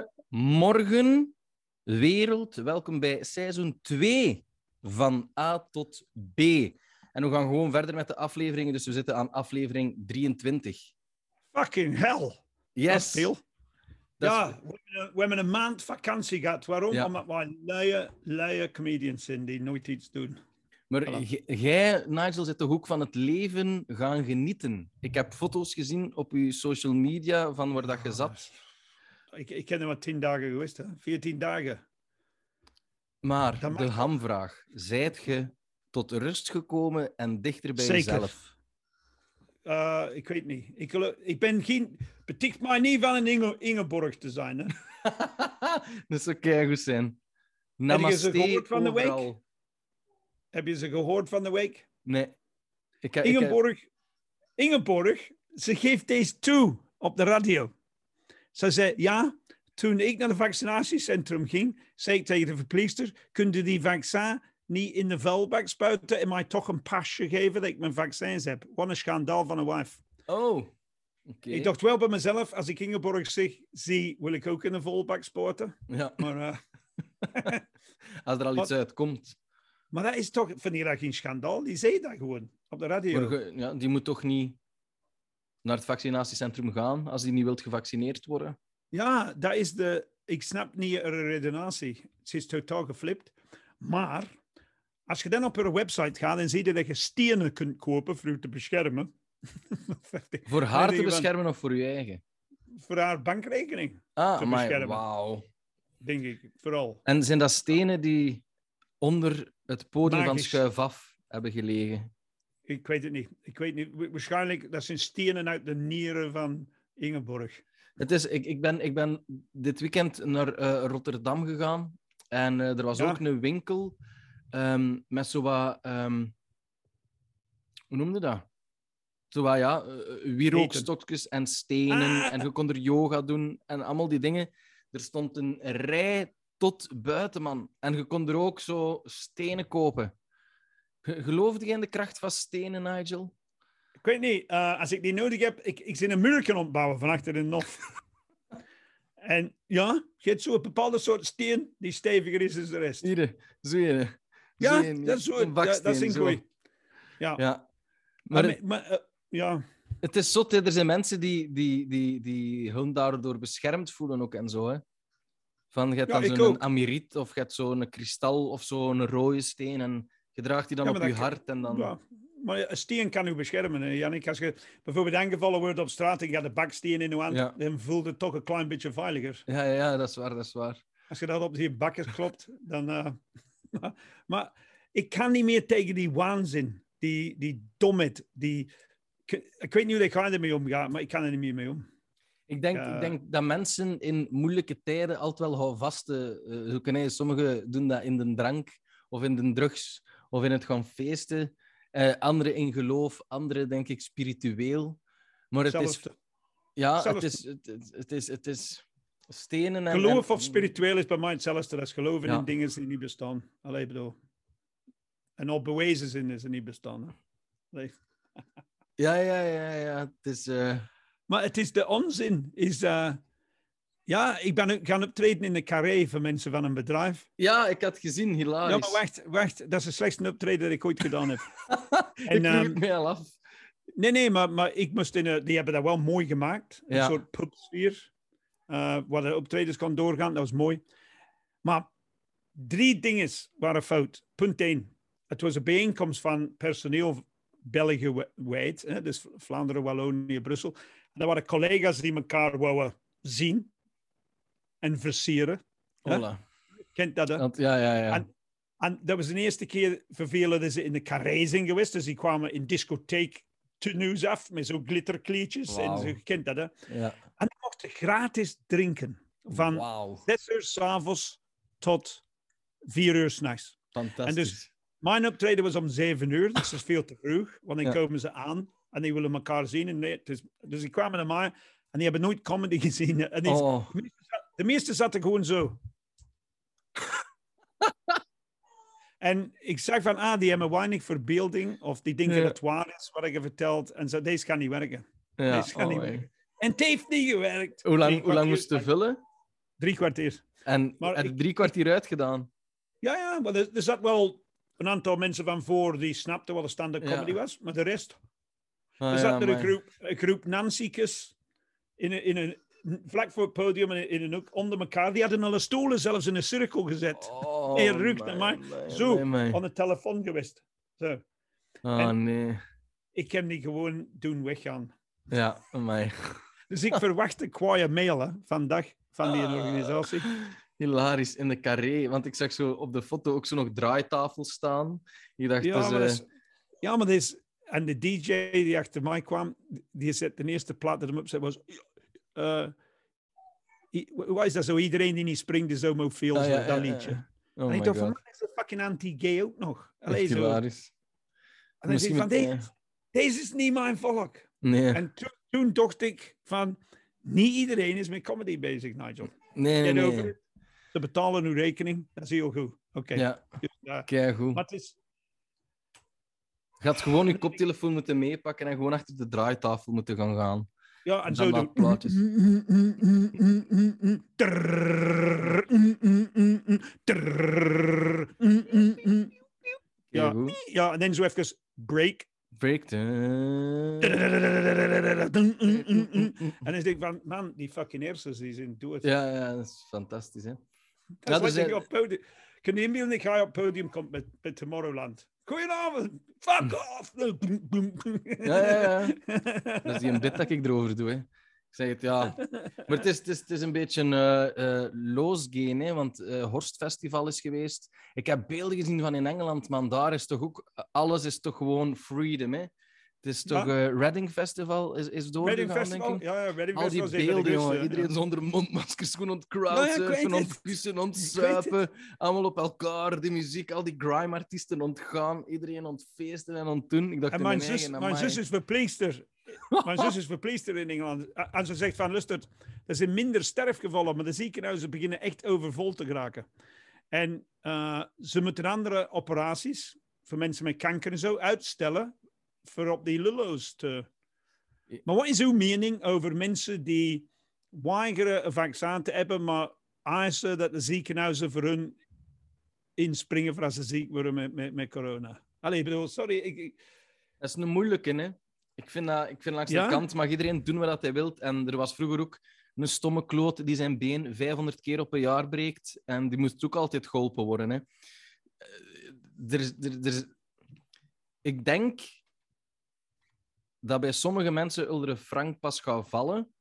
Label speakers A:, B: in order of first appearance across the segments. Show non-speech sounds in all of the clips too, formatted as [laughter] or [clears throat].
A: Goedemorgen, wereld. Welkom bij seizoen 2 van A tot B. En we gaan gewoon verder met de afleveringen, dus we zitten aan aflevering 23.
B: Fucking hell. Dat is
A: Yes,
B: veel.
A: dat is-
B: ja, we hebben, we hebben een maand vakantie gehad. Waarom?
A: Ja.
B: Omdat wij luie, luie comedians zijn die nooit iets doen.
A: maar
B: Voilà.
A: j- jij, Nigel, zit de hoek van het leven gaan genieten. Ik heb foto's gezien op uw social media van waar dat je
B: Ah,
A: zat.
B: Ik, ik ken er maar tien dagen geweest, hè? veertien dagen.
A: Maar
B: Dat mag
A: de
B: toch?
A: hamvraag, zijt je tot rust gekomen en dichter bij
B: Zeker.
A: jezelf?
B: Eh, ik weet niet. Ik, geloof- ik ben geen. Beticht mij niet van een Inge, Ingeborg te zijn. Hè?
A: [laughs] dat zou keigoed zijn.
B: je
A: Namaste
B: ze gehoord van de week?
A: overal.
B: Heb je ze gehoord van de week?
A: Nee. Ik, heb- ik, eh, heb-
B: Ingeborg, Ingeborg, ze geeft deze toe op de radio. Ze zei, ja, toen ik naar het vaccinatiecentrum ging, zei ik tegen de verpleegster, kun je die vaccin niet in de vuilbak spuiten en mij toch een pasje geven dat ik mijn vaccins heb? Wat een schandaal van een wijf.
A: Oh. Oké.
B: Ik dacht wel bij mezelf, als ik Ingeborg zeg, zie, wil ik ook in de vuilbak spuiten.
A: Ja,
B: Maar, eh,
A: als er al iets
B: Wat?
A: uitkomt.
B: maar dat is toch, vind je dat geen schandaal? Die zei dat gewoon op de radio.
A: Maar ge- ja, die moet toch niet naar het vaccinatiecentrum gaan als die niet wilt gevaccineerd worden?
B: Ja, dat is de. Ik snap niet haar redenatie. Ze is totaal geflipt. Maar als je dan op haar website gaat en zie je dat je stenen kunt kopen voor u te beschermen. [laughs]
A: Voor
B: Nee,
A: haar
B: die
A: te
B: van-
A: beschermen of voor je eigen?
B: voor haar bankrekening,
A: Ah,
B: Te
A: maar
B: beschermen.
A: wauw.
B: denk ik vooral.
A: En zijn dat stenen die onder het podium van
B: Magisch.
A: Schuif af hebben gelegen?
B: Ik weet het niet. Ik weet niet. Wa- Waarschijnlijk dat zijn stenen uit de nieren van Ingeborg.
A: Het is, ik, ik, ben, ik ben dit weekend naar eh, Rotterdam gegaan en eh, er was
B: Ja.
A: ook een winkel ehm, met zo wat, ehm, hoe noemde dat? Zo wat, ja, eh, eh, wierookstokjes en stenen
B: Ah.
A: en je kon er yoga doen en allemaal die dingen. Er stond een rij tot buiten, man. En je kon er ook zo stenen kopen. Ge- Geloofde jij in de kracht van stenen, Nigel?
B: Ik weet niet. eh, als ik die nodig heb, ik, ik zit een muur kan opbouwen van achter de nof. en ja, je hebt zo'n bepaalde soort steen die steviger is dan de rest.
A: Hier, zie je.
B: Ja,
A: Zie je,
B: dat is zo.
A: een
B: dat- Dat is
A: baksteen,
B: een
A: zo.
B: goeie. Ja.
A: Ja.
B: Maar,
A: Maar
B: me- maar, eh, ja,
A: het is zot, hè. er zijn mensen die, die, die, die hun daardoor beschermd voelen ook en zo. Hè. Van, je hebt
B: Ja,
A: dan
B: ik
A: zo'n
B: ook.
A: amiriet of je hebt zo'n kristal of zo'n rode steen en je draagt die dan
B: Ja,
A: op
B: maar
A: je
B: dat kan-
A: hart en dan...
B: ja, maar een steen kan u beschermen, hè, Jannik. Als je bijvoorbeeld aangevallen wordt op straat en je gaat de baksteen in je hand,
A: Ja.
B: dan voelt het toch een klein beetje veiliger.
A: Ja, ja, ja, dat is waar, dat is waar.
B: Als je dat op die bakkers klopt, dan... eh, [laughs] maar, maar ik kan niet meer tegen die waanzin, die, die domheid, die... Ik, ik weet niet hoe ik ermee omgaat, maar ik kan er niet meer mee om.
A: Ik denk,
B: Ja.
A: ik denk dat mensen in moeilijke tijden altijd wel houvasten eh, zoeken. hè. Sommigen doen dat in de drank of in de drugs of in het gaan feesten. Eh, anderen in geloof, anderen denk ik spiritueel. Maar het is
B: Zelfs-
A: Ja, het
B: Zelfs-
A: is, het, het- het is, het is stenen en...
B: Geloof
A: en-
B: of spiritueel is bij mij hetzelfde als geloven
A: Ja.
B: in dingen die niet bestaan. Allee, bedoel. En al bewezen zijn is er niet bestaan. hè. Allee.
A: Ja, ja, ja, ja. Het is... eh,
B: Maar het is de onzin. Is, eh, ja, ik ben ook gaan optreden in de carré voor mensen van een bedrijf.
A: Ja, ik had gezien,
B: Ja,
A: hilarisch.
B: maar wacht, wacht. Dat is de slechtste optreden dat ik ooit gedaan heb.
A: ik
B: en,
A: vroeg het
B: ehm,
A: mij al af.
B: Nee, nee, maar, maar ik moest in een, die hebben dat wel mooi gemaakt. Een
A: Ja.
B: soort pubsfeer. eh, waar de optredens kon doorgaan, dat was mooi. Maar drie dingen waren fout. Punt één. Het was een bijeenkomst van personeel België we- wijd. Hè, dus Vlaanderen, Wallonië, Brussel. En er waren collega's die elkaar wouden zien. En versieren. hè?
A: Voilà.
B: Kent dat, hè?
A: Want, ja, ja, ja.
B: En- En dat was de eerste keer vervelen dat ze in de carré zijn geweest. Dus die kwamen in discotheek tenues af met zo'n glitterkleedjes. En
A: Wauw.
B: zo, je kent dat, hè? En
A: ja.
B: dan mochten ze gratis drinken. Van
A: Wauw,
B: 6 uur s'avonds tot 4 uur s'nachts.
A: fantastisch.
B: Mijn optreden was om 7 uur, dus dat is veel te vroeg. Want dan
A: Ja.
B: komen ze aan en die willen elkaar zien. En nee, dus, dus die kwamen naar mij en die hebben nooit comedy gezien. En die,
A: Oh,
B: de meeste zaten
A: [laughs]
B: gewoon zo. en ik zag van, ah, die hebben weinig verbeelding. Of die denken
A: Ja.
B: dat het waar is wat ik heb verteld. En zo, deze kan niet werken.
A: ja.
B: deze gaan
A: oh,
B: niet
A: hey.
B: werken. En het heeft niet gewerkt.
A: Hoe lang,
B: Drie
A: hoe lang
B: kwartier-
A: moest je vullen?
B: Drie kwartier.
A: En
B: Maar
A: heb je
B: ik-
A: drie kwartier uitgedaan.
B: Ja, ja, maar er, er zat wel een aantal mensen van voor die snapten wat een stand-up
A: Ja.
B: comedy was. Maar de rest,
A: Ah,
B: er
A: ja,
B: zat er een
A: amai.
B: groep, een groep Nancy'kes in een, in een, vlak voor het podium en in een hoek onder elkaar. Die hadden alle stoelen zelfs in een cirkel gezet.
A: Oh,
B: en je rukt naar
A: amai,
B: mij.
A: amai,
B: Zo,
A: amai,
B: Aan de telefoon geweest. Zo,
A: amai. Oh,
B: en-
A: nee.
B: ik heb die gewoon doen weggaan.
A: Ja, mij.
B: Dus ik [laughs] verwacht een kwaaie mail hè, vandaag van
A: Ah,
B: die organisatie.
A: Hilarisch, in de carré. Want ik zag zo op de foto ook zo nog draaitafels staan. Ik dacht, dat
B: Ja,
A: is,
B: maar dat
A: eh,
B: is, ja, maar dat is... En de DJ die achter mij kwam, die zet de eerste plaat dat hem opzet was... eh i- wat is dat zo? Iedereen die niet springt is homo feels,
A: ah, ja,
B: dat
A: ja, ja,
B: liedje.
A: ja. Oh
B: en ik
A: my
B: dacht, van,
A: god.
B: mij is dat fucking anti-gay ook nog. Allee,
A: Echt
B: zo.
A: hilarisch.
B: En dan zeg ik van,
A: moet-
B: deze,
A: ja.
B: deze is niet mijn volk.
A: Nee,
B: En toen, toen dacht ik van, niet iedereen is met comedy bezig, Nigel.
A: nee, nee.
B: Get
A: nee.
B: over it. Ze betalen hun rekening, dat is heel goed. Oké.
A: Ja,
B: Dus, eh,
A: keigoed.
B: maar het is,
A: Je had gewoon je koptelefoon moeten meepakken en gewoon achter de draaitafel moeten gaan gaan.
B: Ja, en
A: Dan
B: zo
A: maar
B: doen.
A: plaatjes.
B: Trrrr. Trrrr. Ja,
A: Keigoed.
B: ja, en dan zo even break.
A: Breakdown.
B: Mm, En dan denk ik van, man, die fucking hersens, die zijn dood.
A: Ja, ja, dat is fantastisch, hè.
B: Dat is
A: er
B: wat
A: zijn-
B: ik op podium... Kun je inbeelden dat jij op podium komt met, met Tomorrowland? Goedenavond! Fuck off!
A: Ja, ja, ja. Dat is die een bit dat ik erover doe, hè. Ik zeg het, ja. Maar het is, het is, het is een beetje eh eh losgaan, hè, want eh Horst Festival is geweest. Ik heb beelden gezien van in Engeland, man. Daar is toch ook... Alles is toch gewoon freedom, hè. Het is toch... eh Reading Festival is, is
B: Reading
A: doorgegaan, denk
B: Festival?
A: ik.
B: Ja, ja, Reading
A: Al
B: Festival. dus, eh,
A: die
B: is een van de
A: beelden, jongen.
B: grootste, ja.
A: Iedereen zonder mondmaskers, gewoon aan het
B: Nou Ja, ja, ik weet
A: crowdsurfen, aan het
B: het.
A: kussen, aan het
B: Ik weet het.
A: zuipen. Allemaal op elkaar, die muziek, al die grime-artiesten ontgaan. Iedereen ontfeesten en ontdoen. Ik dacht,
B: En
A: in
B: mijn
A: mijn
B: zus,
A: eigen,
B: mijn
A: amai.
B: zus is verpleegster. mijn zus is verpleegster in Engeland. A- En ze zegt van, luister, er zijn minder sterfgevallen, maar de ziekenhuizen beginnen echt overvol te geraken. En eh, ze moeten andere operaties voor mensen met kanker en zo uitstellen voor op die lullo's te... Maar wat is uw mening over mensen die weigeren een vaccin te hebben, maar eisen dat de ziekenhuizen voor hun inspringen voor als ze ziek worden met, met, met corona? Allee, ik bedoel, sorry, ik- ik,
A: Dat is een moeilijke, hè. Ik vind, dat, ik vind langs
B: Ja?
A: de kant mag iedereen doen wat hij wil. En er was vroeger ook een stomme kloot die zijn been 500 keer op een jaar breekt. En die moest ook altijd geholpen worden, hè. Eh, Er, is- er, er, is- ik denk dat bij sommige mensen Ulrich Frank pas gaat vallen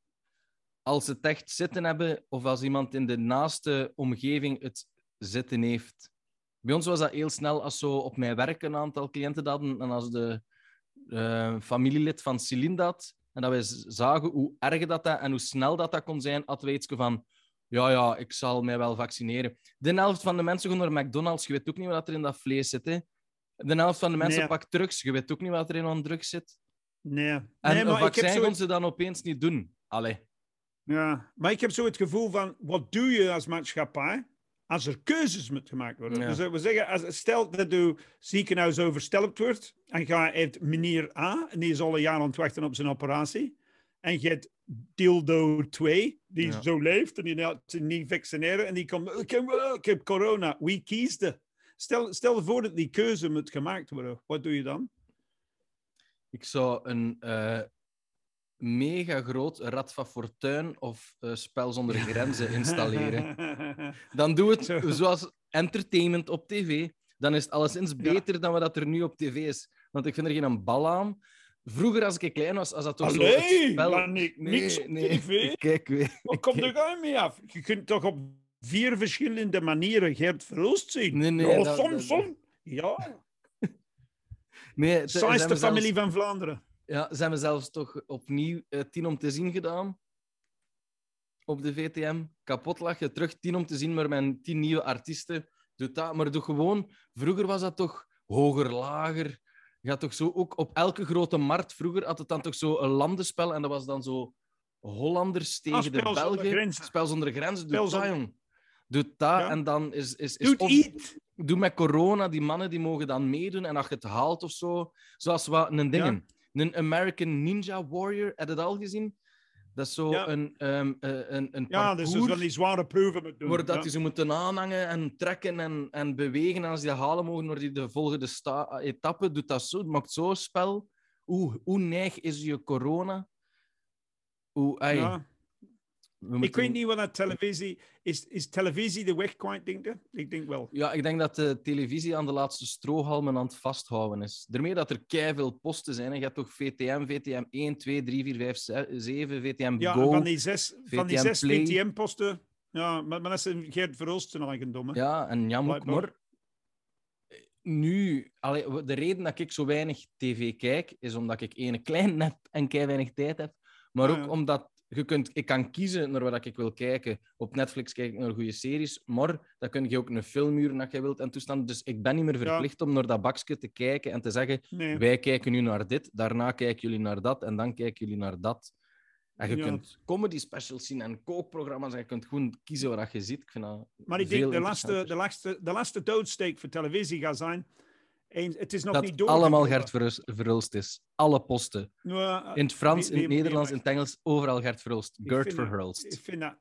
A: als ze het echt zitten hebben of als iemand in de naaste omgeving het zitten heeft. Bij ons was dat heel snel als zo op mijn werk een aantal cliënten dat hadden en als de eh, familielid van Celine dat en dat wij z- zagen hoe erg dat, dat en hoe snel dat, dat kon zijn, hadden wij iets van ja, ja, ik zal mij wel vaccineren. De helft van de mensen gaat naar McDonald's, je weet ook niet wat er in dat vlees zit. Hè. De helft van de mensen
B: Nee.
A: pakt drugs, je weet ook niet wat er in een drugs zit.
B: Nee.
A: En
B: nee,
A: een
B: maar ik heb
A: vaccin
B: zo
A: gaan ze dan opeens niet doen. Allee.
B: ja, maar ik heb zo het gevoel van, wat doe je als maatschappij als er keuzes moeten gemaakt worden?
A: Ja.
B: Dus dat wil zeggen, als, stel dat uw ziekenhuis overstelpt wordt en je heeft meneer A, en die is al een jaar aan het wachten op zijn operatie, en je hebt dildo 2, die
A: Ja.
B: zo leeft en die laat zich niet vaccineren en die komt, ik heb, eh, ik heb corona, wie kiest er? Stel, stel voor dat die keuze moet gemaakt worden, wat doe je dan?
A: Ik zou een eh, mega groot Rad van Fortuin of eh, Spel zonder
B: [laughs]
A: grenzen installeren. Dan doe het
B: Zo.
A: zoals entertainment op tv. Dan is het alleszins beter dan wat dat er nu op tv is. Want ik vind er geen een bal aan. Vroeger, als ik klein was, als dat toch zo het
B: Allee,
A: spel...
B: Yannick, niks op tv.
A: ik [laughs] Kijk weer.
B: Wat komt er aan mee af? Je kunt toch op vier verschillende manieren Gert Verhulst zien?
A: Nee, nee,
B: ja,
A: dat- dat-
B: Samson. Ja,
A: Nee, het- zijn we
B: saaiste
A: zelfs-
B: familie van Vlaanderen.
A: Ja, zijn we zelfs toch opnieuw eh, tien om te zien gedaan op de VTM. Kapot lachen, terug tien om te zien, maar mijn tien nieuwe artiesten. Doe dat, maar doe gewoon... Vroeger was dat toch hoger, lager. Je had toch zo ook op elke grote markt... Vroeger had het dan toch zo een landenspel en dat was dan zo Hollanders tegen de
B: Ah, Spel zonder
A: Belgen.
B: grenzen.
A: Spel zonder grenzen.
B: Spel
A: Doe dat,
B: zonder-
A: jong. Doe dat
B: Ja.
A: en dan is... is, is
B: Doet
A: of-
B: iets.
A: doe met corona, die mannen die mogen dan meedoen en als je het haalt of zo. Zoals wat, een dingen. Een American Ninja Warrior, heb je dat al gezien? Dat is zo
B: Ja.
A: een, ehm, eh, een, een
B: Ja, dus dat is wel
A: parcours
B: die zware proeven met doen.
A: waar dat dus
B: ja.
A: die ze moeten aanhangen en trekken en, en bewegen. En als die dat halen mogen, wordt die de volgende sta- eh, etappe. Doet dat zo, het maakt zo'n spel. Hoe, hoe neig is je corona? Hoe, ai,
B: Ja.
A: we
B: Ik
A: moeten-
B: weet niet wat dat televisie... Is, is televisie de weg kwijt, denk je? Ik denk wel.
A: Ja, ik denk dat de televisie aan de laatste strohalmen aan het vasthouden is. Daarmee dat er keiveel posten zijn. En je hebt toch VTM, VTM 1, 2, 3, 4, 5, 7, VTM
B: Ja, en
A: Go.
B: van die zes, van die
A: VTM
B: zes
A: Play.
B: PTM-posten... Ja, maar, maar dat is Geert Verhulst zijn eigendom. hè.
A: Ja, en jammer.
B: Blijkbaar.
A: Maar nu, allee, w- de reden dat ik zo weinig tv kijk, is omdat ik ene klein heb en kei weinig tijd heb. Maar
B: Ah,
A: ook
B: ja.
A: omdat je kunt, ik kan kiezen naar wat ik wil kijken. Op Netflix kijk ik naar goede series, maar dan kun je ook een film huren dat je wilt en toestand. Dus ik ben niet meer
B: Ja.
A: verplicht om naar dat bakje te kijken en te zeggen:
B: Nee.
A: wij kijken nu naar dit, daarna kijken jullie naar dat en dan kijken jullie naar dat. En je
B: Ja.
A: kunt comedy specials zien en kookprogramma's en je kunt gewoon kiezen wat je ziet. Ik vind dat
B: Maar ik
A: veel
B: denk de laatste,
A: interessanter.
B: de, laatste, de laatste doodsteek voor televisie gaat zijn... Eens, het is nog
A: dat
B: niet door.
A: allemaal Gert Verhulst- Verhulst is. Alle posten.
B: Nou,
A: In het Frans,
B: wie-
A: in het
B: wie-
A: Nederlands,
B: wie-
A: in het Engels, overal Gert Verhulst.
B: Ik
A: Gert
B: vind dat-
A: Verhulst.
B: Ik vind dat...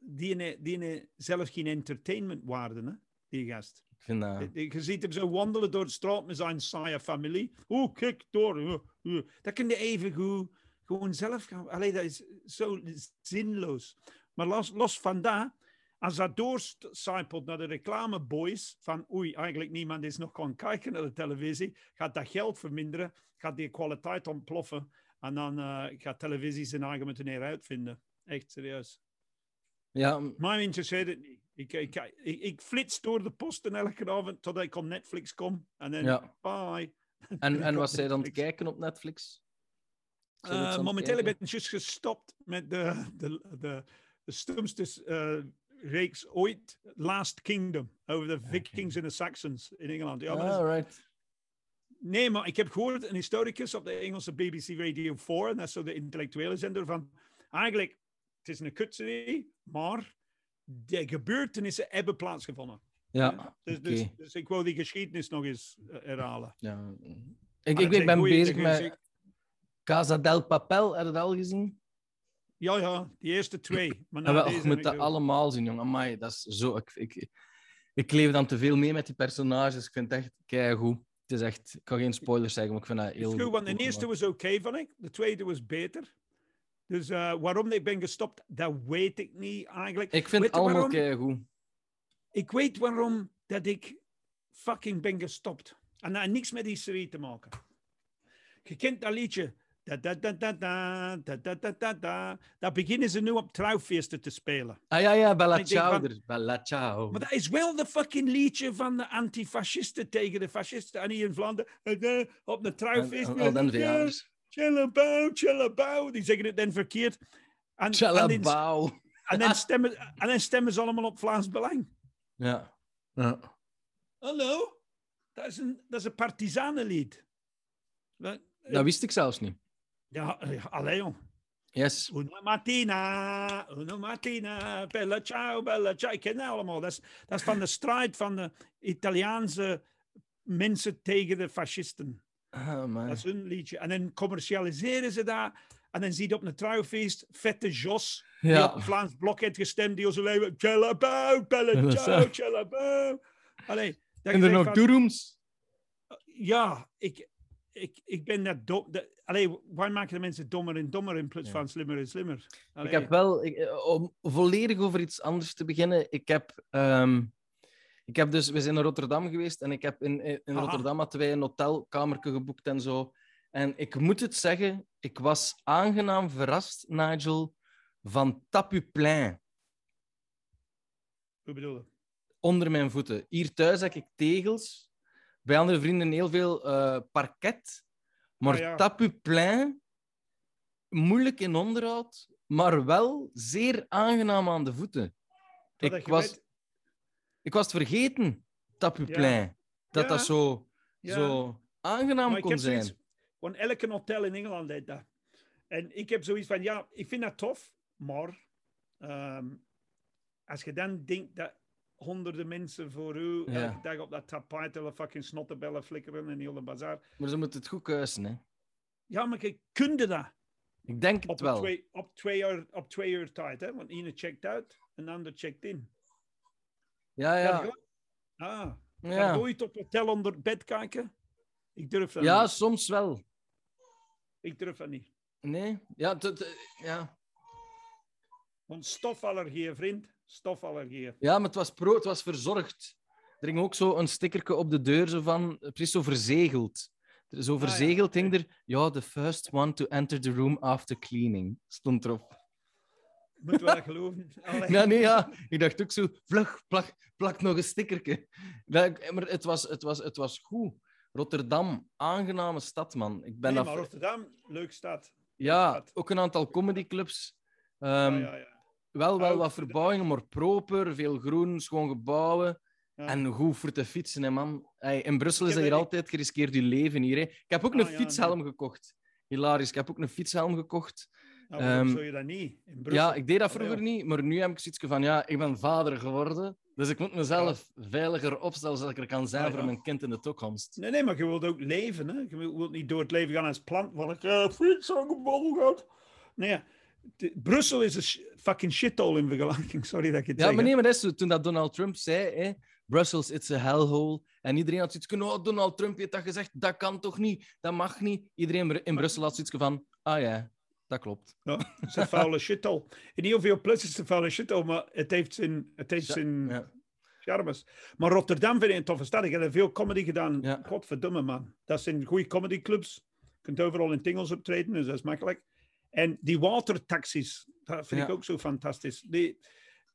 B: Die ene- die ene zelf geen entertainmentwaarde, hè? Die gast.
A: Ik vind dat...
B: Je je ziet hem zo wandelen door de straat met zijn saaie familie. Oh, kijk door. Uh, uh. Dat kun je even goed, gewoon zelf gaan. Allee, dat is zo zinloos. Maar los, los van dat, als dat doorcijpelt naar de reclameboys, van oei, eigenlijk niemand is nog gaan kijken naar de televisie, gaat dat geld verminderen, gaat die kwaliteit ontploffen en dan eh, gaat televisie zijn eigen meteen uitvinden. Echt serieus.
A: Ja, m-
B: Mij interesseert het niet. Ik, ik, ik, ik flits door de posten elke avond totdat ik op Netflix kom. En dan,
A: ja.
B: bye. [laughs]
A: En, en
B: op
A: was zij dan te
B: Netflix.
A: kijken op Netflix? Zij
B: Eh,
A: was aan het
B: momenteel ben
A: kijken?
B: ik juist gestopt met de, de, de, de stomste eh, reeks ooit. Last Kingdom. Over de Vikings en de Saxons in Engeland. Ja, maar dat is-
A: Ah, right.
B: Nee, maar ik heb gehoord, een historicus op de Engelse BBC Radio 4, en dat is zo de intellectuele zender, van eigenlijk, het is een kutserie, maar de gebeurtenissen hebben plaatsgevonden.
A: Ja,
B: Dus,
A: oké.
B: dus, dus ik wil die geschiedenis nog eens eh, herhalen.
A: Ja. Ik,
B: Maar
A: ik,
B: dat
A: ik
B: zijn
A: ben
B: goeie-
A: bezig
B: dat
A: met
B: zijn-
A: Casa del Papel. Heb je dat al gezien?
B: Ja, ja, die eerste twee. Maar
A: Ja,
B: na
A: wel,
B: deze
A: je
B: heb ik
A: moet dat
B: ook-
A: allemaal zien, jongen. Amai, dat is zo... Ik, ik, ik leef dan te veel mee met die personages. Ik vind het echt keigoed. Het is echt... Ik ga geen spoilers zeggen, maar ik vind dat
B: Het is
A: heel
B: goed, want de
A: goed
B: eerste
A: gemaakt.
B: was oké, vond ik. De tweede was beter. Dus eh, waarom ik ben gestopt, dat weet ik niet eigenlijk.
A: Ik vind
B: Weet
A: het
B: je
A: allemaal
B: waarom?
A: keigoed.
B: Ik weet waarom dat ik fucking ben gestopt. En dat heeft niks met die serie te maken. Je kent dat liedje. Da, da, da, da, da, da, da, da, da, da. Dat beginnen ze nu op trouwfeesten te spelen.
A: Ah ja, ja, Bella
B: Ik denk
A: Ciao.
B: van-
A: er. Bella Ciao.
B: Maar dat is wel de fucking liedje van de antifascisten tegen de fascisten. En hier in Vlaanderen, eh, op een trouwfeest.
A: En- en Al dan
B: eh,
A: verjaardags.
B: Chillabou, chillabou. Die zeggen het dan verkeerd. En, en, dan,
A: Tjallabauw.
B: en, dan stemmen, en dan stemmen ze allemaal op Vlaams Belang.
A: Ja. ja.
B: Hallo? Dat is een, dat is een partisanenlied. Dat-
A: Dat wist ik zelfs niet.
B: Ja, eh, allee jong.
A: Yes.
B: Una mattina, una mattina, bella ciao, bella ciao. Ik ken dat allemaal. Dat is, dat is van de strijd van de Italiaanse mensen tegen de fascisten.
A: Ah, man.
B: Dat is hun liedje. En dan commercialiseren ze dat. En dan zie je op een trouwfeest vette Jos, die op
A: Ja.
B: het Vlaams Blok heeft gestemd, die ons alleen maar... Tjallabau, bella
A: Dat is
B: ciao,
A: zo.
B: tjallabau. Allee. dat
A: En
B: je
A: er
B: denkt
A: nog
B: van-
A: doeroems.
B: ja, ik, ik, ik ben dat dom. Dat, allee, wij maken de mensen dommer en dommer in plaats
A: Ja.
B: van slimmer en slimmer.
A: Ik
B: Allee,
A: heb wel, ik- eh, om volledig over iets anders te beginnen, ik heb, ehm, ik heb dus, we zijn naar Rotterdam geweest en ik heb in, in in
B: Aha.
A: Rotterdam hadden wij een hotelkamertje geboekt en zo. En ik moet het zeggen, ik was aangenaam verrast, Nigel, van Tapu Plein
B: Hoe bedoel je?
A: onder mijn voeten. Hier thuis heb ik tegels, bij andere vrienden heel veel eh, parket, maar
B: Ah, ja.
A: Tapu Plein, moeilijk in onderhoud, maar wel zeer aangenaam aan de voeten.
B: Totdat
A: Ik
B: je
A: was-
B: weet-
A: Ik was het vergeten, Tapu
B: Ja.
A: Plein. Dat
B: Ja.
A: dat zo,
B: Ja.
A: zo
B: maar
A: aangenaam
B: ik
A: kon
B: heb
A: zijn.
B: zoiets- want elke hotel in Engeland deed dat. En ik heb zoiets van, ja, ik vind dat tof, maar ehm, als je dan denkt dat honderden mensen voor u
A: Ja.
B: elke dag op dat tapijt hele fucking snottenbellen flikkeren en heel de bazaar.
A: Maar ze moeten het goed kuisen, hè.
B: Ja, maar je kunde dat.
A: Ik denk
B: Op
A: het
B: een
A: wel.
B: twee, op twee, uur, op twee uur tijd, hè? want de ene checkt out en de ander checkt in.
A: Ja,
B: Gaat
A: ja.
B: het goed? Ah, ga je
A: Ja,
B: ooit op hotel onder het bed kijken? Ik durf dat
A: ja
B: niet.
A: soms wel.
B: Ik durf dat niet.
A: Nee? Ja, dat, eh, ja.
B: Want stofallergieën, vriend. Stofallergieën.
A: ja maar het was, pro, het was verzorgd. Er hing ook zo een stickerke op de deur zo van, eh, precies zo verzegeld. Er- Zo
B: Ah, ja,
A: verzegeld hing
B: oké.
A: er, ja, the first one to enter the room after cleaning, stond erop. [laughs]
B: Moeten we dat geloven? [laughs] Allee.
A: Ja, nee, ja. Ik dacht ook zo, vlug, plak, plak nog een stickerke. Dat ik- maar het was, het, was, het was goed. Rotterdam, aangename stad, man. Ik ben
B: Nee,
A: af-
B: maar Rotterdam, leuk stad.
A: Ja,
B: Stad.
A: ook een aantal comedyclubs. Ehm
B: Ah, Ja, Ah, ja, ja.
A: Wel, wel
B: Oud,
A: wat verbouwingen, maar proper. Veel groen, schoon gebouwen.
B: Ja.
A: En goed voor te fietsen, hè, man. Hey, in Brussel is
B: heb
A: dat hier
B: een-
A: altijd geriskeerd je leven hier. Hè. Ik heb ook
B: Ah,
A: een
B: ja,
A: fietshelm gekocht. Hilarisch, ik heb ook een fietshelm gekocht.
B: Nou, waarom
A: Ehm,
B: zou je dat niet? In Brussel.
A: Ja, ik deed dat
B: Allee,
A: vroeger
B: ja.
A: niet, maar nu heb ik zoiets van, ja, ik ben vader geworden, dus ik moet mezelf veiliger opstellen zodat ik er kan zijn
B: Ah,
A: voor
B: ja.
A: mijn kind in de toekomst.
B: Nee, nee, maar je wilt ook leven. Hè? Je wilt niet door het leven gaan als plant. Van ik heb fiets aangeboden gehad. Nee, de- Brussel is een sh- fucking shithole in vergelijking. [laughs] Sorry dat ik het
A: Ja,
B: zeg.
A: maar
B: hè.
A: nee, maar dat is zo, toen dat Donald Trump zei, hè, Brussels, it's a hellhole, en iedereen had zoiets van, oh, Donald Trump heeft dat gezegd, dat kan toch niet, dat mag niet. Iedereen in Brussel had zoiets van, ah ja, dat klopt.
B: Ja, het is een vuile shithole. In heel veel plaatsen is het een vuile shithole, maar het heeft zijn, het heeft
A: Ja,
B: zijn
A: ja.
B: charmes. Maar Rotterdam vind ik een toffe stad. Ik heb er veel comedy gedaan.
A: Ja.
B: Godverdomme, man. Dat zijn goede comedyclubs. Je kunt overal in tingels optreden, dus dat is makkelijk. En die watertaxis, dat vind
A: Ja.
B: ik ook zo fantastisch. Die,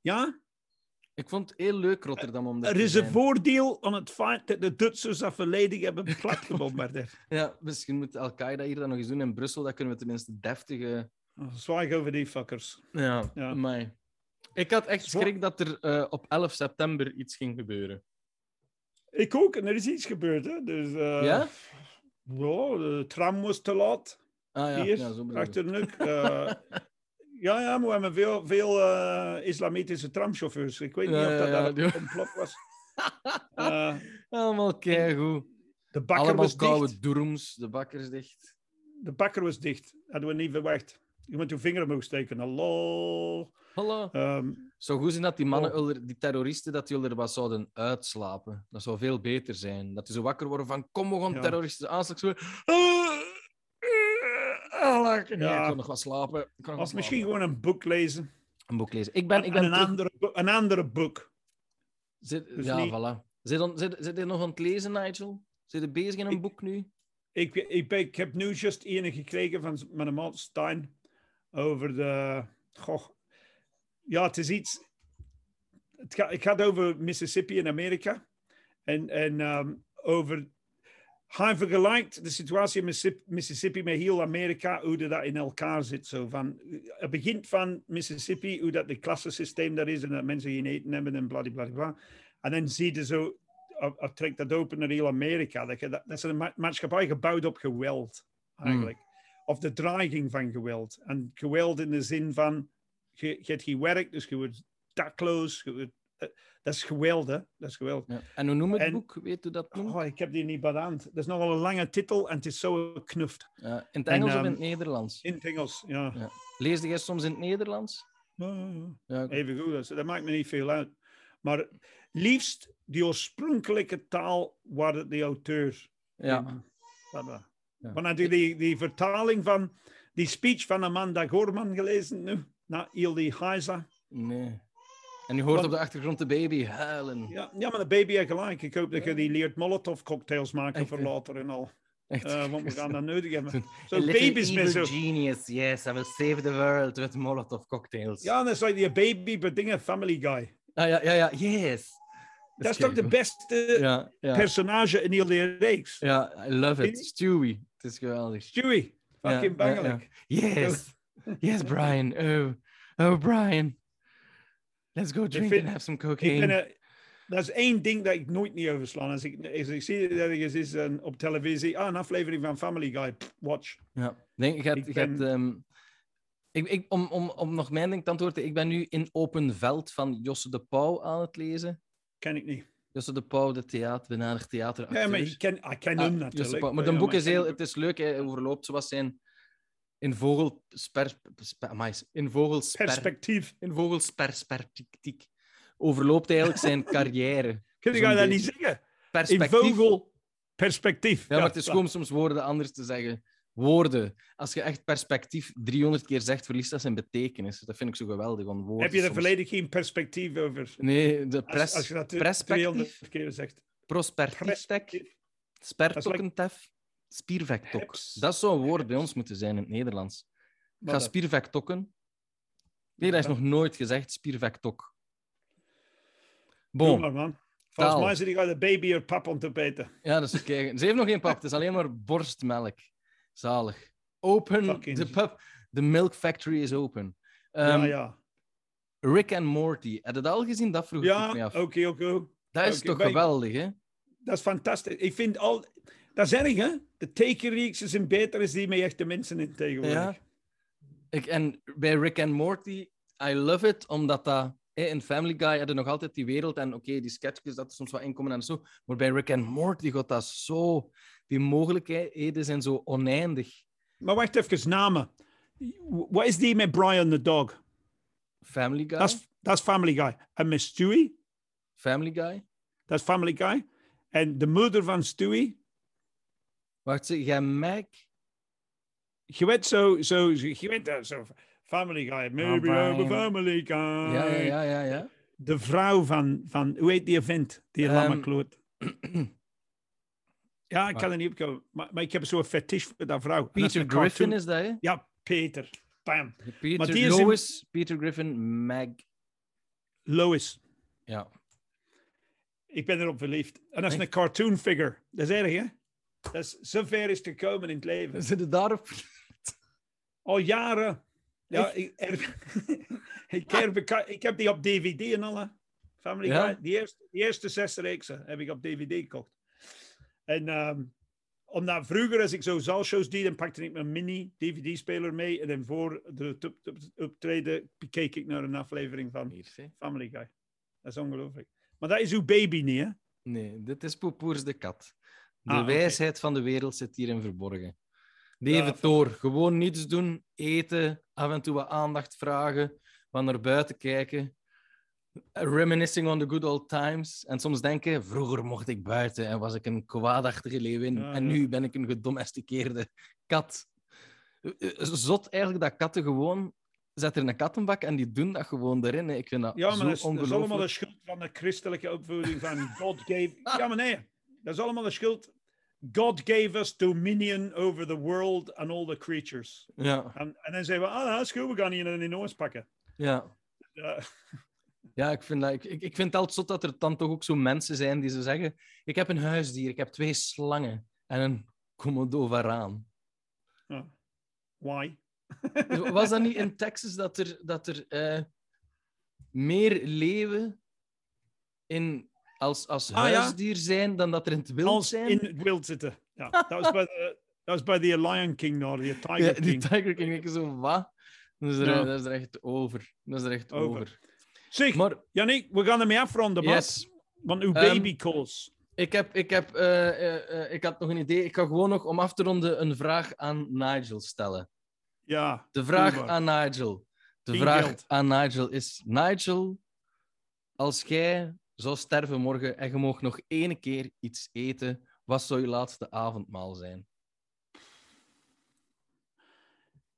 B: ja,
A: Ik vond het heel leuk, Rotterdam, om daar
B: er
A: te
B: is
A: zijn.
B: een voordeel aan het feit dat de Duitsers dat volledig hebben
A: [laughs]
B: platgebombardeerd.
A: Ja, misschien moet Al-Qaeda hier dan nog eens doen in Brussel, dan kunnen we tenminste deftige...
B: Oh, Zwaai over die fuckers.
A: Ja,
B: Ja.
A: amai. Ik had echt
B: Zwa-
A: schrik dat er eh, op 11 september iets ging gebeuren.
B: Ik ook, en er is iets gebeurd. Hè? Dus, eh,
A: Ja?
B: Ja, de tram was te laat.
A: Ah ja,
B: Hier,
A: ja zo bedoel ik.
B: achter de nek.
A: [laughs]
B: eh, ja, ja, maar we hebben veel, veel eh, islamitische tramchauffeurs. Ik weet niet
A: Ja,
B: of dat,
A: ja, ja,
B: dat
A: die-
B: een complot
A: [laughs]
B: was. Eh,
A: Allemaal keigoed.
B: de bakker
A: Allemaal
B: was
A: koude
B: dicht.
A: doerms, de bakker is dicht.
B: De bakker was dicht. Hadden we niet verwacht. Je moet je vinger omhoog steken. Hallo.
A: Hallo.
B: Ehm,
A: Zou goed zijn dat die mannen,
B: Oh.
A: ulder- die terroristen, dat die er wat zouden uitslapen. Dat zou veel beter zijn. Dat die zo wakker worden van, kom, we gaan
B: Ja.
A: terroristen aanslagen. Ja. ik
B: Ja.
A: kan nog wat slapen. Ik kan nog
B: als
A: wat
B: misschien
A: slapen.
B: gewoon een boek lezen.
A: een boek lezen. Ik Oh, ben, ik ben
B: En een,
A: terug-
B: andere, bo- een andere boek.
A: Zit,
B: Dus
A: ja,
B: niet-
A: voilà. Zit, on, zit, zit je nog aan het lezen, Nigel? Zit je bezig in een
B: Ik-
A: boek nu?
B: Ik, ik, ben- ik heb nu juist ene gekregen van z- mijn maat Stein over de. Goh, ja, het is iets. Het gaat, het gaat over Mississippi in Amerika. En, en ehm, over. Hij vergelijkt de situatie in Missi- Mississippi met heel Amerika, hoe dat dat in elkaar zit. Zo van, het begint van Mississippi, hoe dat de klassensysteem daar is en dat mensen geen eten hebben en bladibladibla. En dan zie je zo of, of trekt dat open naar heel Amerika. Dat, je dat, dat is een ma- maatschappij gebouwd op geweld, eigenlijk. Of de dreiging van geweld. En geweld in de zin van, je, je hebt geen werk, dus je wordt dakloos. Je wordt, eh, dat is geweld, hè. Dat is geweld.
A: Ja. En hoe noem je het
B: En-
A: boek? Weet u dat noemt?
B: Oh, ik heb die niet bij de hand. Dat is nogal een lange titel en het is zo geknuft.
A: Ja, in het
B: en,
A: Engels of
B: ehm,
A: in het Nederlands?
B: In het Engels, ja.
A: Ja. Leesde jij soms in het Nederlands?
B: Ja, ja, ja.
A: Ja,
B: Even goed, dus dat maakt me niet veel uit. Maar liefst die oorspronkelijke taal waar het de auteur
A: ja.
B: in- Voilà.
A: Ja.
B: Maar natuurlijk die, die vertaling van die speech van Amanda Gorman gelezen nu, na Ildi Heiza.
A: Nee. En je hoort
B: Want-
A: op de achtergrond de baby huilen.
B: Ja, ja, maar de baby heeft gelijk. Ik hoop dat je die leert Molotov cocktails maken
A: Echt,
B: voor
A: hè?
B: later en al.
A: [laughs] Echt.
B: Eh, want we
A: [laughs]
B: gaan dat nodig hebben.
A: A
B: Zo
A: little
B: baby's
A: evil
B: met zo.
A: genius, yes, I will save the world with Molotov cocktails.
B: Ja, dat is like die baby bedingen Family Guy.
A: Ah, ja, ja, ja, yes.
B: Dat is toch de
A: keigoed.
B: beste
A: Ja, ja.
B: uh, personage in heel die reeks.
A: ja, I love it.
B: Zie je?
A: Stewie, het is geweldig.
B: Stewie,
A: Ja,
B: fucking
A: ja, ja.
B: bangelijk.
A: Yes. Yes, Brian. Oh, oh, Brian. Let's go drink
B: vind-
A: and have some
B: Ik
A: cocaine.
B: ben een- dat is één ding dat ik nooit niet overslaan. Als ik, als ik zie dat er eens is een, op televisie, ah, een aflevering van Family Guy, pff, watch.
A: Ja. Nee, je hebt,
B: Ik
A: je hebt,
B: ben-
A: ehm, ik, ik, om, om, om nog mijn ding te antwoorden, ik ben nu in Open Veld van Josse de Pauw aan het lezen.
B: Ken ik niet.
A: Josse de Pauw, de theater, benaderd theateracteur.
B: Ja, maar ik ken, ik
A: Ah,
B: ken hem
A: Josse de
B: natuurlijk.
A: Pauw. Maar
B: Ja,
A: dat boek
B: ik
A: is
B: ken
A: heel...
B: hem
A: Het is leuk, hij overloopt zoals zijn... In vogelspers... spe- amai, In vogelsper...
B: Perspectief.
A: In vogelspersperspectiek. Overloopt eigenlijk
B: [laughs]
A: zijn carrière.
B: Kun je
A: Zo'n
B: dat
A: beetje.
B: niet zeggen? In
A: Perspectief.
B: vogel. Perspectief.
A: Ja, maar het is
B: voilà.
A: gewoon soms woorden anders te zeggen. Woorden. Als je echt perspectief 300 keer zegt, verliest dat zijn betekenis. Dat vind ik zo geweldig. Want woorden
B: Heb je er
A: soms-
B: volledig geen perspectief over?
A: Nee, de
B: Als-
A: pres...
B: als je dat de-
A: perspectief,
B: 300 keer zegt.
A: prospertieftek,
B: Perspectief.
A: spertokkentef, spiervektok.
B: Heps.
A: Dat zou een woord bij ons moeten zijn in het Nederlands.
B: Maar
A: Ga
B: dat-
A: spiervektokken. Nee, dat is
B: Ja.
A: nog nooit gezegd, spiervektok.
B: Doe
A: Bon,
B: maar, man. Volgens
A: Taal.
B: mij zit ik aan de baby of pap om te bijten.
A: ja, dat is oké. Ze heeft nog geen pap, het is alleen maar borstmelk. Zalig. Open
B: Fucking-
A: the pub. The milk factory is open. Ehm,
B: ja, ja.
A: Rick and Morty. Heb je dat al gezien? Dat vroeg ik me
B: Ja,
A: af.
B: oké, oké. oké.
A: dat is
B: oké,
A: toch
B: maar ik-
A: geweldig, hè?
B: Dat is fantastisch. Ik vind al... Dat is erg, hè? De tekenreeksen zijn beter is die met echte mensen in tegenwoordig.
A: Ik, en bij Rick and Morty, I love it, omdat dat... hè, in Family Guy hadden nog altijd die wereld en oké, die sketchjes, dat er soms wat inkomen en zo. Maar bij Rick and Morty gaat dat zo... Die mogelijkheden zijn zo oneindig.
B: Maar wacht even, namen. Wat is die met Brian the Dog?
A: Family Guy?
B: Dat is- Dat is Family Guy. En met Stewie,
A: Family Guy?
B: dat is Family Guy. En de moeder van Stewie,
A: Wacht, zeg jij Mac?
B: je weet zo, zo, je weet dat zo. Family Guy, maybe I'm a
A: Brian.
B: Family Guy.
A: Ja, ja, ja, ja. ja.
B: De vrouw van, van hoe heet die vent? Die
A: Ehm, [clears throat]
B: lamme kloot. Ja, ik
A: Maar-
B: kan er niet op komen. Maar, maar ik heb zo'n fetish voor dat vrouw. En dat is
A: Peter
B: een cartoon.
A: Griffin is dat, hè?
B: Ja, Peter. Bam.
A: Peter
B: die is in-
A: Lois, Peter Griffin, Mag.
B: Lois.
A: Ja.
B: Ik ben erop verliefd. En dat is
A: Echt?
B: een cartoon figure. Dat is erg, hè? Dat is zo ver is gekomen in het leven.
A: Zitten daarop?
B: Al jaren. Ja,
A: Echt?
B: ik, er- [laughs] ik, heb- ik heb die op DVD en alle. Family
A: Ja?
B: Guy. Die eerste, die eerste zes reeksen heb ik op DVD gekocht. En ehm, omdat vroeger, als ik zo zaalshows deed, dan pakte ik mijn mini-DVD-speler mee. En dan voor de t- t- optreden keek ik naar een aflevering van
A: Hier, zie.
B: Family Guy. Dat is ongelooflijk. Maar dat is uw baby niet, hè?
A: Nee, dit is Poepoers de kat. De
B: Ah, oké.
A: wijsheid van de wereld zit hierin verborgen. Leef
B: Ja,
A: het door. Gewoon niets doen, eten, af en toe wat aandacht vragen, wat naar buiten kijken. Reminiscing on the good old times. En soms denken, vroeger mocht ik buiten en was ik een kwaadachtige leeuwin.
B: Ja,
A: en
B: ja.
A: nu ben ik een gedomesticeerde kat. Eh, eh, Zot eigenlijk dat katten gewoon... Zet er een kattenbak en die doen dat gewoon erin. hè. Ik vind dat
B: Ja, maar
A: zo
B: dat is, dat is
A: ongelooflijk.
B: allemaal de schuld van de christelijke opvoeding van God gave. Ja, maar nee, dat is allemaal de schuld. God gave us dominion over the world and all the creatures.
A: Ja,
B: En, en dan zeggen we, ah, dat is goed, we gaan hier een enorm pakken.
A: ja.
B: Ja,
A: Ja, ik vind, dat, ik, ik ik vind het altijd zot dat er dan toch ook zo mensen zijn die ze zeggen: Ik heb een huisdier, ik heb twee slangen en een komodo varaan.
B: ja. Why?
A: Dus Was dat niet in Texas dat er, dat er eh, meer leeuwen in, als, als
B: Ah, ja.
A: huisdier zijn dan dat er in het wild
B: Als
A: zijn? [laughs]
B: in het wild zitten. Ja, dat was bij de, [laughs] dat was bij de Lion King, nou, de Tiger
A: Ja, die
B: King.
A: Tiger King, ik zo, wat? Dat is, er,
B: Ja.
A: dat is er echt over. Dat is er echt
B: Over.
A: over.
B: Zeg,
A: Maar,
B: Yannick, we gaan ermee afronden, man.
A: yes.
B: Want uw
A: Ehm,
B: baby calls.
A: Ik, heb, ik, heb, eh, eh, eh, ik had nog een idee. Ik ga gewoon nog, om af te ronden, een vraag aan Nigel stellen.
B: Ja,
A: De vraag
B: maar.
A: aan Nigel. De
B: Geen
A: vraag
B: geld.
A: aan Nigel is... Nigel, als jij zou sterven morgen en je mag nog één keer iets eten, wat zou je laatste avondmaal zijn?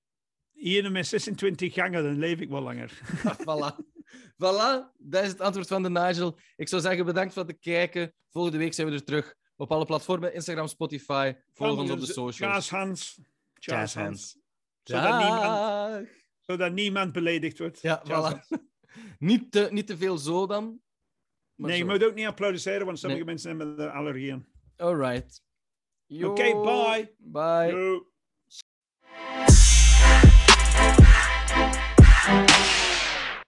A: [laughs]
B: hier met 26 gangen, dan leef ik wel langer.
A: Ah, voilà. Voilà, dat is het antwoord van de Nigel. Ik zou zeggen, bedankt voor het kijken. Volgende week zijn we er terug op alle platformen. Instagram, Spotify. Volg ons op de
B: Kaas
A: socials.
B: Hans. Kaas
A: Jazz
B: Hans.
A: hands.
B: Zodat niemand,
A: Dag.
B: zodat niemand beledigd wordt.
A: Ja,
B: Jazz
A: voilà.
B: Hans.
A: [laughs] Niet te, niet te veel zo dan. Maar
B: Nee, je
A: zo.
B: moet ook niet applaudisseren, want sommige
A: Nee.
B: mensen hebben er allergieën.
A: All right.
B: Oké,
A: Yo.
B: bye.
A: Bye.
B: Yo.